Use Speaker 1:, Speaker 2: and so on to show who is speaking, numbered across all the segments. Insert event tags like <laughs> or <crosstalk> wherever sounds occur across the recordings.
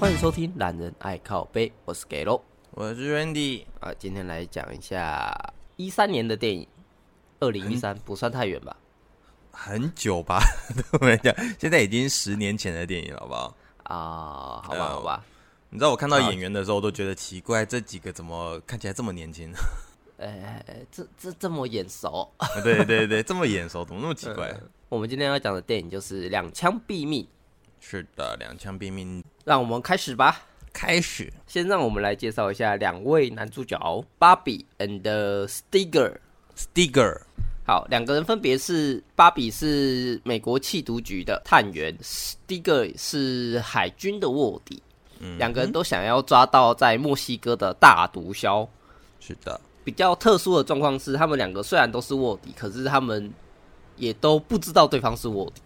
Speaker 1: 欢迎收听《懒人爱靠背》，我是 g a l o
Speaker 2: 我是 Randy，
Speaker 1: 啊，今天来讲一下一三年的电影，二零一三不算太远吧？
Speaker 2: 很久吧， <laughs> 对我来讲，现在已经十年前的电影了，好不好？
Speaker 1: 啊、好
Speaker 2: 对啊
Speaker 1: 吧，好吧，
Speaker 2: 你知道我看到演员的时候，我都觉得奇怪，这几个怎么看起来这么年轻？ <laughs>
Speaker 1: 哎、这这这么眼熟。 <laughs>
Speaker 2: 对对对，这么眼熟，怎么那么奇怪？
Speaker 1: 我们今天要讲的电影就是《两枪毙命》，
Speaker 2: 是的，两枪毙命
Speaker 1: 让我们开始吧。
Speaker 2: 开始。
Speaker 1: 先让我们来介绍一下两位男主角芭比 and Stiger。
Speaker 2: Stiger，
Speaker 1: 好，两个人分别是芭比是美国缉毒局的探员，史蒂格是海军的卧底。两个人都想要抓到在墨西哥的大毒枭。
Speaker 2: 是的，
Speaker 1: 比较特殊的状况是，他们两个虽然都是卧底，可是他们也都不知道对方是卧底。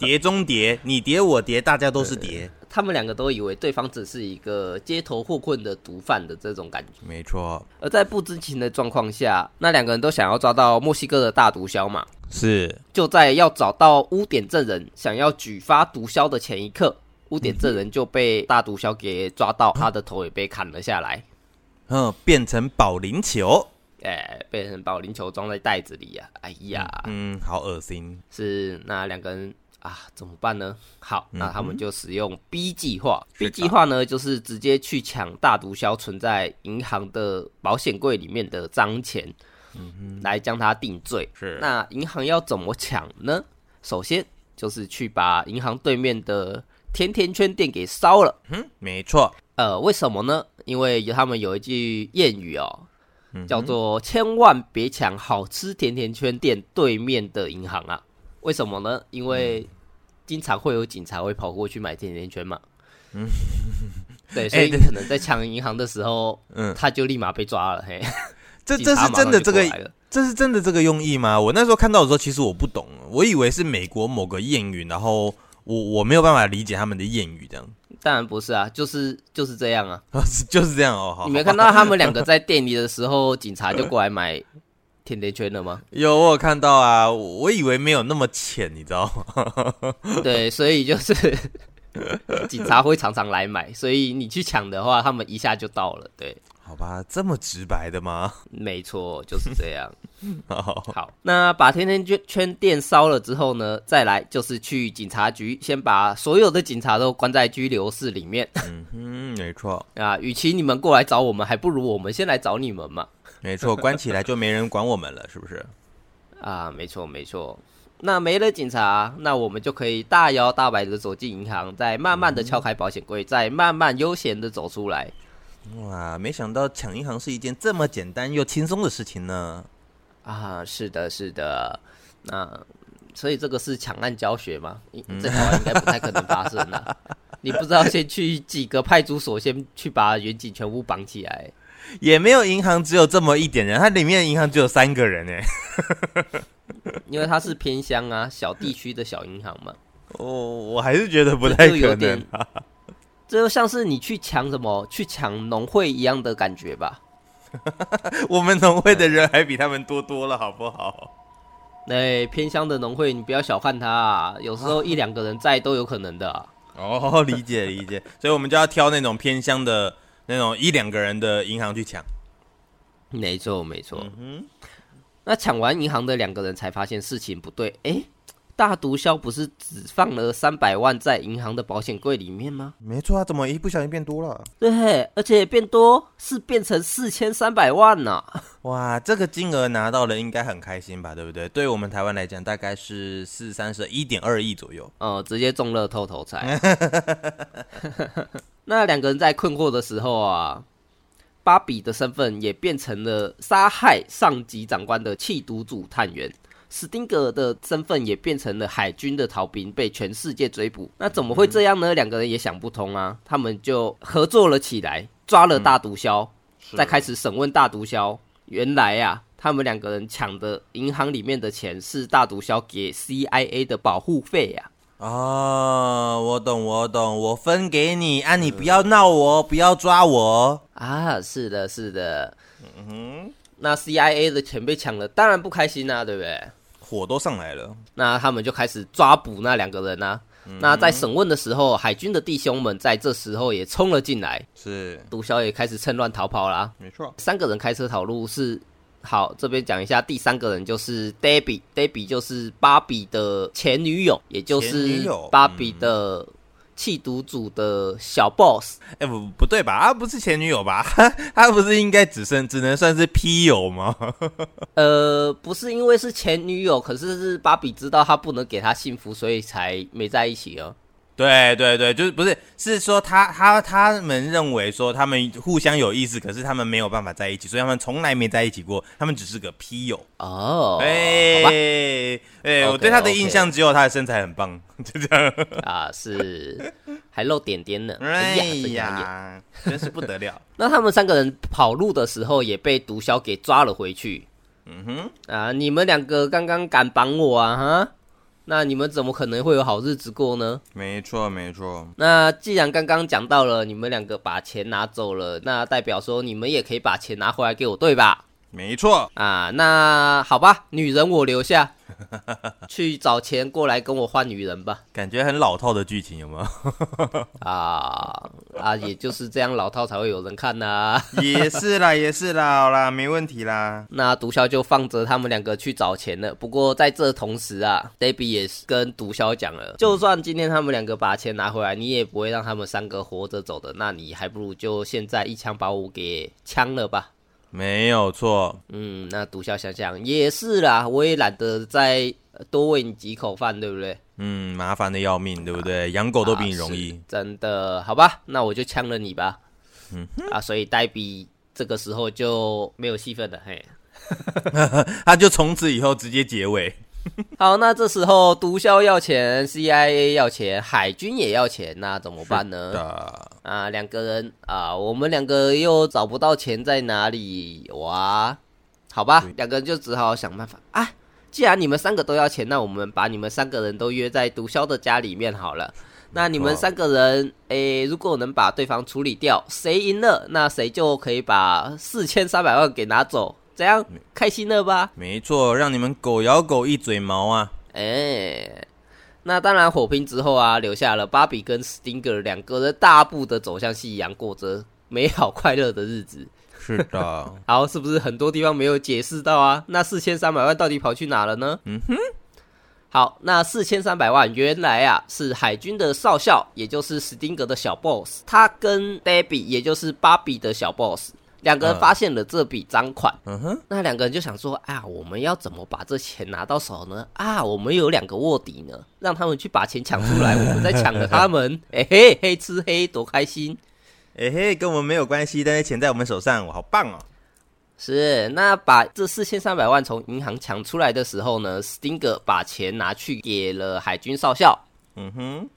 Speaker 2: 碟中谍，你叠我叠，大家都是叠，
Speaker 1: 他们两个都以为对方只是一个街头混混的毒贩的这种感觉。
Speaker 2: 没错，
Speaker 1: 而在不知情的状况下，那两个人都想要抓到墨西哥的大毒枭嘛。
Speaker 2: 是
Speaker 1: 就在要找到污点证人，想要举发毒枭的前一刻，污点证人就被大毒枭给抓到，他的头也被砍了下来，
Speaker 2: 嗯，变成保龄球，
Speaker 1: 哎、被人保龄球装在袋子里呀、哎呀，
Speaker 2: 嗯，好恶心，
Speaker 1: 是那两个人啊，怎么办呢？好，那他
Speaker 2: 嗯
Speaker 1: 们
Speaker 2: 哼
Speaker 1: 就使用 B 计划。
Speaker 2: 是
Speaker 1: B
Speaker 2: 的
Speaker 1: 计划呢，就是直接去抢大毒枭存在银行的保险柜里面的脏钱，
Speaker 2: 嗯
Speaker 1: 来将他定罪。
Speaker 2: 是
Speaker 1: 那银行要怎么抢呢？首先就是去把银行对面的甜甜圈店给烧了。
Speaker 2: 嗯，没错，
Speaker 1: 呃，为什么呢？因为有他们有一句谚语哦，
Speaker 2: 嗯
Speaker 1: 叫做“千万别抢好吃甜甜圈店对面的银行啊”。为什么呢？因为经常会有警察会跑过去买甜甜圈嘛。嗯，
Speaker 2: <laughs>
Speaker 1: 对，所以
Speaker 2: 哎对
Speaker 1: 可能在抢银行的时候，
Speaker 2: 嗯，
Speaker 1: 他就立马被抓了。嘿，
Speaker 2: 这
Speaker 1: 警
Speaker 2: 这
Speaker 1: 察
Speaker 2: 是
Speaker 1: 马上
Speaker 2: 真的
Speaker 1: 就
Speaker 2: 这个
Speaker 1: 过来了
Speaker 2: 这是真的这个用意吗？我那时候看到的时候，其实我不懂，我以为是美国某个谚语，然后我我没有办法理解他们的谚语这样， <laughs>
Speaker 1: 当然不是啊，就是就是这样啊。
Speaker 2: 是就是这样哦。好
Speaker 1: 你没看到他们两个在店里的时候，警察就过来买甜甜圈了
Speaker 2: <laughs>
Speaker 1: 吗？
Speaker 2: 有我有看到啊，我我以为没有那么浅，你知道吗？
Speaker 1: 对，所以就是 <laughs> 警察会常常来买，所以你去抢的话，他们一下就到了。对，
Speaker 2: 好吧，这么直白的 <laughs> 吗？
Speaker 1: 没错，就是这样。
Speaker 2: <laughs> 好，
Speaker 1: 好，那把甜甜圈圈店烧了之后呢，再来就是去警察局，先把所有的警察都关在拘留室里面 <laughs>
Speaker 2: 嗯哼，没错，
Speaker 1: 啊。与其你们过来找我们，还不如我们先来找你们嘛。
Speaker 2: 没错，关起来就没人管我们了，是不是？
Speaker 1: 啊，没错没错。那没了警察，那我们就可以大摇大摆的走进银行，再慢慢的撬开保险柜，再慢慢悠闲的走出来。
Speaker 2: 哇，没想到抢银行是一件这么简单又轻松的事情呢。
Speaker 1: 啊，是的，是的，那所以这个是抢案教学吗？应在台湾应该不太可能发生啦。你不知道先去几个派出所，先去把远景全部绑起来。
Speaker 2: 也没有银行只有这么一点人，它里面银行只有三个人哎。
Speaker 1: 因为它是偏乡啊，小地区的小银行嘛，
Speaker 2: 我、我还是觉得不
Speaker 1: 这
Speaker 2: 太
Speaker 1: 就有
Speaker 2: 可
Speaker 1: 点
Speaker 2: 能啊。
Speaker 1: 这就像是你去抢什么，去抢农会一样的感觉吧。
Speaker 2: <laughs> 我们农会的人还比他们多多了，好不好？
Speaker 1: 那、哎偏乡的农会，你不要小看它、啊，有时候一两个人在都有可能的啊、
Speaker 2: 哦，理 <laughs> 解理解，所以我们就要挑那种偏乡的那种一两个人的银行去抢。
Speaker 1: 没错，没错。
Speaker 2: 嗯
Speaker 1: 那抢完银行的两个人才发现事情不对，诶，大毒枭不是只放了三百万在银行的保险柜里面吗？
Speaker 2: 没错啊，怎么一不小心变多了？
Speaker 1: 对，而且变多是变成四千三百万呢、
Speaker 2: 哇，这个金额拿到了，应该很开心吧，对不对？对我们台湾来讲，大概是四三十一点二亿左右。
Speaker 1: 哦，直接中乐透头彩。 <laughs> 那两个人在困惑的时候啊，芭比的身份也变成了杀害上级长官的弃毒组探员。史丁格的身份也变成了海军的逃兵，被全世界追捕。那怎么会这样呢？两个人也想不通啊，他们就合作了起来，抓了大毒枭，再开始审问大毒枭。原来呀、他们两个人抢的银行里面的钱是大毒枭给 CIA 的保护费啊呀、
Speaker 2: 哦，我懂，我懂，我分给你啊！你不要闹我，不要抓我。
Speaker 1: 啊，是的，是的。嗯哼，那 CIA 的钱被抢了，当然不开心啦、对不对？
Speaker 2: 火都上来了，
Speaker 1: 那他们就开始抓捕那两个人啊。
Speaker 2: 嗯
Speaker 1: 那在审问的时候，海军的弟兄们在这时候也冲了进来，
Speaker 2: 是
Speaker 1: 毒枭也开始趁乱逃跑啦。
Speaker 2: 没错，
Speaker 1: 三个人开车逃路是好，这边讲一下，第三个人就是 Debbie，Debbie 就是芭比的前女友，也就
Speaker 2: 前女
Speaker 1: 是
Speaker 2: 友
Speaker 1: 芭比的弃毒组的小 boss。
Speaker 2: 哎、不不对吧？啊，不是前女友吧？ <laughs> 他不是应该只剩只能算是 P 友吗？ <laughs>
Speaker 1: 呃，不是因为是前女友，可是是芭比知道他不能给他幸福，所以才没在一起哦。
Speaker 2: 对对对，就是不是是说他他他们认为说他们互相有意思，可是他们没有办法在一起，所以他们从来没在一起过，他们只是个 P 友。
Speaker 1: 哦，
Speaker 2: 哎
Speaker 1: 好
Speaker 2: 哎，我
Speaker 1: OK，
Speaker 2: 对他的
Speaker 1: OK
Speaker 2: 印象只有他的身材很棒，就这样。
Speaker 1: 吧，啊，是还露点点呢。哎
Speaker 2: 哎
Speaker 1: 呀，真养眼
Speaker 2: 呀，真是不得 <laughs> 了。
Speaker 1: 那他们三个人跑路的时候也被毒枭给抓了回去。
Speaker 2: 嗯哼，
Speaker 1: 啊，你们两个刚刚敢绑我啊哈？那你们怎么可能会有好日子过呢？
Speaker 2: 没错没错，
Speaker 1: 那既然刚刚讲到了，你们两个把钱拿走了，那代表说你们也可以把钱拿回来给我，对吧？
Speaker 2: 没错，
Speaker 1: 啊，那好吧，女人我留下，去找钱过来跟我换女人吧。
Speaker 2: 感觉很老套的剧情有没有？ <laughs>
Speaker 1: 啊啊，也就是这样，老套才会有人看呐、 <laughs>
Speaker 2: 也是啦，也是啦，好啦，没问题啦。
Speaker 1: 那毒枭就放着他们两个去找钱了。不过在这同时啊，Debbie 也是跟毒枭讲了，就算今天他们两个把钱拿回来，你也不会让他们三个活着走的。那你还不如就现在一枪把我给枪了吧。
Speaker 2: 没有错，
Speaker 1: 嗯，那毒枭想想也是啦，我也懒得再呃多喂你几口饭，对不对？
Speaker 2: 嗯，麻烦的要命，对不对？养狗都比你容
Speaker 1: 啊
Speaker 2: 易
Speaker 1: 是。真的，好吧，那我就枪了你吧。嗯啊，所以黛比这个时候就没有戏份了，嘿。
Speaker 2: 他就从此以后直接结尾。
Speaker 1: 好，那这时候毒枭要钱，CIA 要钱，海军也要钱，那怎么办呢？
Speaker 2: 的，
Speaker 1: 啊，两个人啊，我们两个又找不到钱在哪里哇？好吧，两个人就只好想办法啊。既然你们三个都要钱，那我们把你们三个人都约在毒枭的家里面好了。那你们三个人，诶、如果能把对方处理掉，谁赢了，那谁就可以把四千三百万给拿走，这样开心了吧？
Speaker 2: 没错，让你们狗咬狗一嘴毛啊！
Speaker 1: 哎、那当然，火拼之后啊，留下了芭比跟斯汀格两个人大步的走向夕阳，过着美好快乐的日子。
Speaker 2: 是的，
Speaker 1: 好，是不是很多地方没有解释到啊？那四千三百万到底跑去哪了呢？嗯哼。好，那四千三百万原来啊是海军的少校，也就是史丁格的小 boss，他跟 Debbie，也就是芭比的小 boss，两个人
Speaker 2: 嗯
Speaker 1: 发现了这笔赃款。
Speaker 2: <laughs> 嗯哼，
Speaker 1: 那两个人就想说啊，我们要怎么把这钱拿到手呢？啊，我们有两个卧底呢，让他们去把钱抢出来，我们再抢了他们。哎、嘿，黑吃黑多开心！
Speaker 2: 哎、嘿，跟我们没有关系，但是钱在我们手上，我好棒哦！
Speaker 1: 是，那把这四千三百万从银行抢出来的时候呢，斯汀格把钱拿去给了海军少校，
Speaker 2: 嗯哼，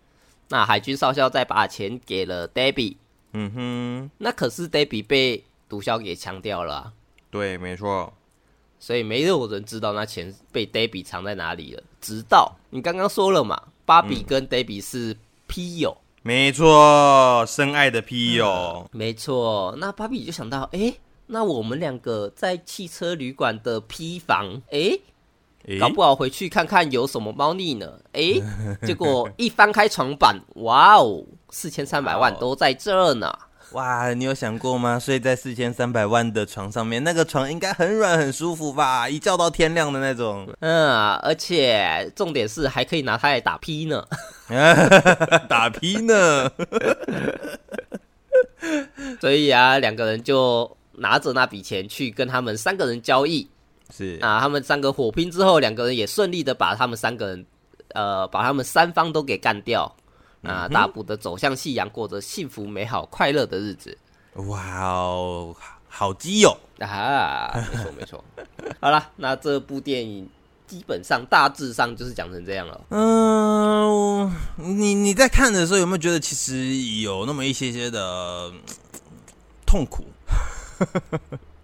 Speaker 1: 那海军少校再把钱给了 Debbie，
Speaker 2: 嗯哼，
Speaker 1: 那可是 Debbie 被毒枭给枪掉了啊、
Speaker 2: 对，没错，
Speaker 1: 所以没有人知道那钱被 Debbie 藏在哪里了。直到你刚刚说了嘛，芭
Speaker 2: 嗯
Speaker 1: 比跟 Debbie 是 P 友，
Speaker 2: 没错，深爱的 P E 哦友、
Speaker 1: 没错。那芭比就想到，诶，那我们两个在汽车旅馆的 P 房，诶，
Speaker 2: 诶
Speaker 1: 嗯搞不好回去看看有什么猫腻呢？诶，结果一翻开床板，哇哦，四千三百万
Speaker 2: 哇哦
Speaker 1: 都在这呢。
Speaker 2: 哇，你有想过吗？睡在四千三百万的床上面，那个床应该很软很舒服吧？一觉到天亮的那种，
Speaker 1: 嗯，而且重点是还可以拿它来打 P 呢。 <laughs>
Speaker 2: 打 P 呢？
Speaker 1: 所以啊，两个人就拿着那笔钱去跟他们三个人交易。
Speaker 2: <laughs> 是
Speaker 1: 那他们三个火拼之后，两个人也顺利的把他们三个人，呃，把他们三方都给干掉。啊，大步的走向夕阳，过着幸福、美好、快乐的日子。
Speaker 2: 哇哦，好基友，
Speaker 1: 啊，没错没 <laughs> 错。好啦，那这部电影基本上大致上就是讲成这样了。
Speaker 2: 嗯、我你你在看的时候有没有觉得其实有那么一些些的呃痛苦？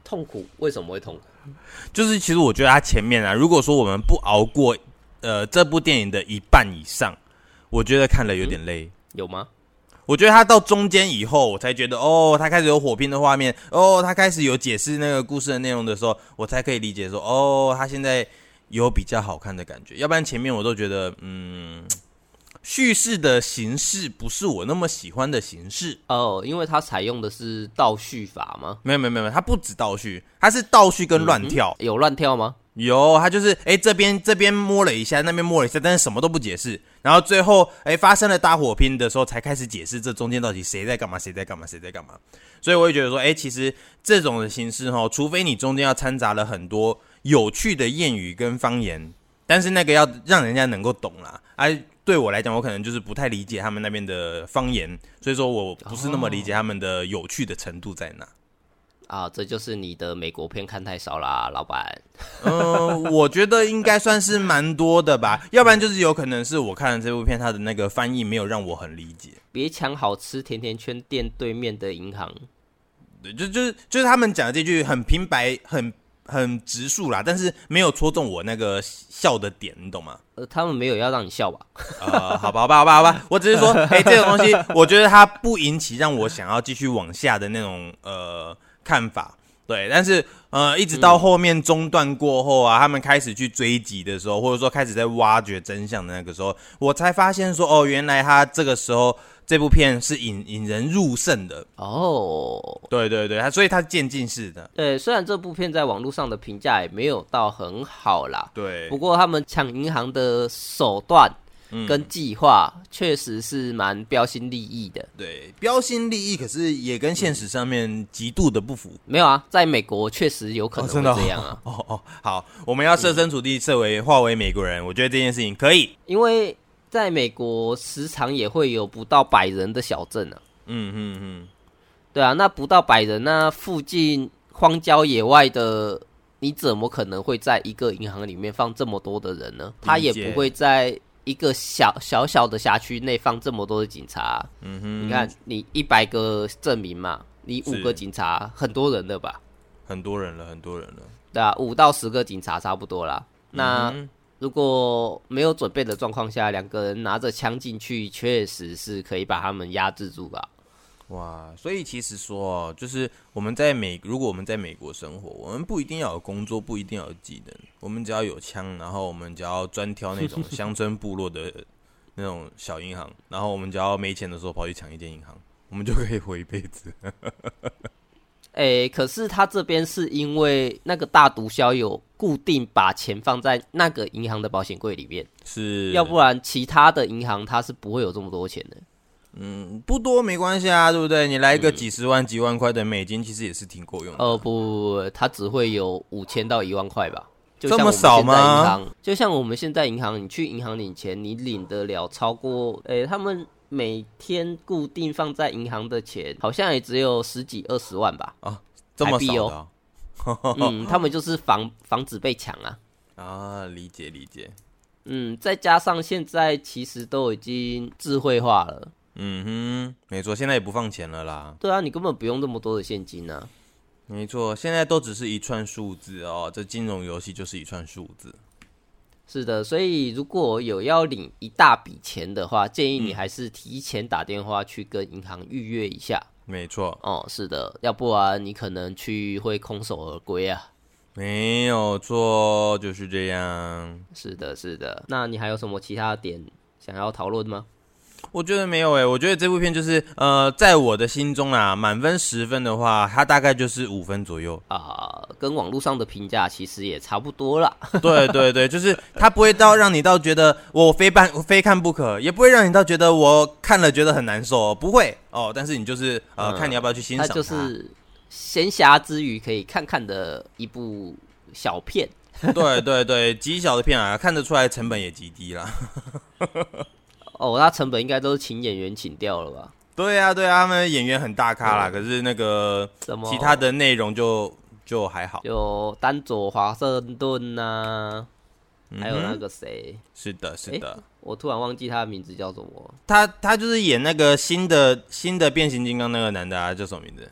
Speaker 1: 痛苦为什么会痛苦？
Speaker 2: 就是其实我觉得它前面啊，如果说我们不熬过呃这部电影的一半以上，我觉得看了有点累。
Speaker 1: 有吗？
Speaker 2: 我觉得他到中间以后，我才觉得哦，他开始有火拼的画面，哦，他开始有解释那个故事的内容的时候，我才可以理解说，哦，他现在有比较好看的感觉。要不然前面我都觉得，嗯，叙事的形式不是我那么喜欢的形式。
Speaker 1: 哦，因为它采用的是倒叙法吗？
Speaker 2: 没有没有没有，它不止倒叙，它是倒叙跟乱跳。
Speaker 1: 有乱跳吗？
Speaker 2: 有，他就是哎、这边这边摸了一下，那边摸了一下，但是什么都不解释。然后最后哎、发生了大火拼的时候，才开始解释这中间到底谁在干嘛，谁在干嘛，谁在干嘛。所以我也觉得说，哎、其实这种的形式哈，除非你中间要掺杂了很多有趣的谚语跟方言，但是那个要让人家能够懂啦。哎、对我来讲，我可能就是不太理解他们那边的方言，所以说我不是那么理解他们的有趣的程度在哪。
Speaker 1: 啊，这就是你的美国片看太少啦，老板。
Speaker 2: 嗯，我觉得应该算是蛮多的吧，要不然就是有可能是我看了这部片，它的那个翻译没有让我很理解。
Speaker 1: 别抢好吃甜甜圈店对面的银行。
Speaker 2: 对，就就是就是他们讲的这句很平白、很很直述啦，但是没有戳中我那个笑的点，你懂吗？
Speaker 1: 呃，他们没有要让你笑吧？
Speaker 2: 呃，好吧，好吧，好吧，好吧，我只是 <laughs> 说，哎、这种东西，我觉得它不引起让我想要继续往下的那种呃看法。对，但是呃，一直到后面中断过后啊，他们开始去追击的时候，或者说开始在挖掘真相的那个时候，我才发现说，哦，原来他这个时候这部片是引引人入胜的。
Speaker 1: 哦，
Speaker 2: 对对对，他所以他渐进式的。
Speaker 1: 对，虽然这部片在网络上的评价也没有到很好啦，
Speaker 2: 对
Speaker 1: 不，过他们抢银行的手段
Speaker 2: 嗯
Speaker 1: 跟计划确实是蛮标新立异的。
Speaker 2: 对，标新立异，可是也跟现实上面极度的不符。
Speaker 1: 没有啊，在美国确实有可
Speaker 2: 哦
Speaker 1: 能
Speaker 2: 真的
Speaker 1: 会这样啊，
Speaker 2: 哦哦哦，好，我们要设身处地设为化为美国人，我觉得这件事情可以。
Speaker 1: 因为在美国时常也会有不到百人的小镇啊。
Speaker 2: 嗯嗯嗯，
Speaker 1: 对啊，那不到百人，那附近荒郊野外的，你怎么可能会在一个银行里面放这么多的人呢？他也
Speaker 2: 解
Speaker 1: 不会在一个小小小的辖区内放这么多的警察啊、
Speaker 2: 嗯哼，
Speaker 1: 你看，你一百个证明嘛，你五
Speaker 2: 是
Speaker 1: 个警察，很多人的吧？
Speaker 2: 很多人了，很多人了。
Speaker 1: 对啊，五到十个警察差不多啦。
Speaker 2: 嗯
Speaker 1: 那、如果没有准备的状况下，两个人拿着枪进去，确实是可以把他们压制住吧？
Speaker 2: 哇，所以其实说哦，就是我们在美，如果我们在美国生活，我们不一定要有工作，不一定要有技能，我们只要有枪，然后我们只要专挑那种乡村部落的那种小银行，然后我们只要没钱的时候跑去抢一间银行，我们就可以活一辈子。
Speaker 1: 诶、可是他这边是因为那个大毒枭有固定把钱放在那个银行的保险柜里面，
Speaker 2: 是，
Speaker 1: 要不然其他的银行他是不会有这么多钱的。
Speaker 2: 嗯不多没关系啊，对不对？你来个几十万、几万块的美金，其实也是挺够用的。
Speaker 1: 哦、不不不不，他只会有五千到一万块吧。就
Speaker 2: 这
Speaker 1: 像
Speaker 2: 么
Speaker 1: 我们
Speaker 2: 少
Speaker 1: 现在
Speaker 2: 吗
Speaker 1: 银行，就像我们现在银行，你去银行领钱，你领得了超过，诶、他们每天固定放在银行的钱，好像也只有十几二十万吧。
Speaker 2: 这么
Speaker 1: 台币
Speaker 2: 少的哦、
Speaker 1: 嗯，他们就是防防止被抢啊。
Speaker 2: 啊？理解理解，
Speaker 1: 嗯，再加上现在其实都已经智慧化了，
Speaker 2: 嗯哼，没错，现在也不放钱了啦，
Speaker 1: 对啊，你根本不用那么多的现金啊。
Speaker 2: 没错，现在都只是一串数字哦，这金融游戏就是一串数字。
Speaker 1: 是的，所以如果有要领一大笔钱的话，建议你
Speaker 2: 嗯
Speaker 1: 还是提前打电话去跟银行预约一下。
Speaker 2: 没错，
Speaker 1: 哦，是的，要不然你可能去会空手而归啊。
Speaker 2: 没有错，就是这样。
Speaker 1: 是的，是的。那你还有什么其他的点想要讨论吗？
Speaker 2: 我觉得没有诶、欸我觉得这部片就是呃，在我的心中啊，满分十分的话，它大概就是五分左右。 <laughs>
Speaker 1: 啊、跟网络上的评价其实也差不多啦。
Speaker 2: 对对对，就是他不会到让你到觉得我非办非看不可，也不会让你到觉得我看了觉得很难受，不会哦。但是你就是呃，
Speaker 1: 嗯
Speaker 2: 看你要不要去欣赏
Speaker 1: 它
Speaker 2: 它。
Speaker 1: 就是闲暇之余可以看看的一部小片。
Speaker 2: 对对对，极小的片啊，看得出来成本也极低啦。
Speaker 1: 哦，那成本应该都是请演员请掉了吧？
Speaker 2: <laughs> 对啊对啊，他们演员很大咖啦，可是那个
Speaker 1: 什么
Speaker 2: 其他的内容就就还好。
Speaker 1: 有丹佐华盛顿呐、还有
Speaker 2: 嗯哼
Speaker 1: 那个谁，
Speaker 2: 是的，是
Speaker 1: 诶
Speaker 2: 的。
Speaker 1: 我突然忘记他的名字叫什么。
Speaker 2: 他他就是演那个新的新的变形金刚那个男的啊，叫什么名字？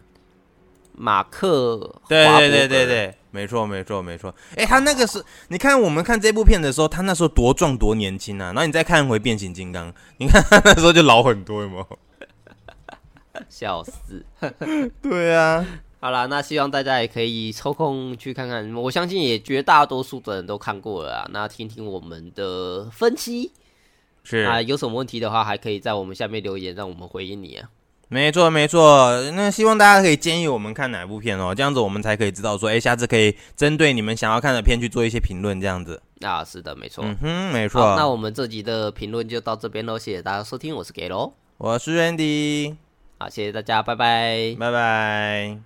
Speaker 1: 马克，
Speaker 2: 对对对对，对，没错没错没错。哎、他那个是，你看我们看这部片的时候，他那时候多壮多年轻啊，然后你再看回变形金刚，你看他那时候就老很多，有没有？
Speaker 1: 笑死。
Speaker 2: <laughs> 对啊，
Speaker 1: 好啦，那希望大家也可以抽空去看看，我相信也绝大多数的人都看过了啊。那听听我们的分析
Speaker 2: 是
Speaker 1: 啊，有什么问题的话，还可以在我们下面留言，让我们回应你啊。
Speaker 2: 没错，没错。那希望大家可以建议我们看哪部片哦，这样子我们才可以知道说，哎、下次可以针对你们想要看的片去做一些评论，这样子。
Speaker 1: 啊，是的，没错。
Speaker 2: 嗯哼，没错。
Speaker 1: 好，那我们这集的评论就到这边喽，谢谢大家收听，我是给喽，
Speaker 2: 我是 Randy，
Speaker 1: 好，谢谢大家，拜拜。
Speaker 2: 拜拜。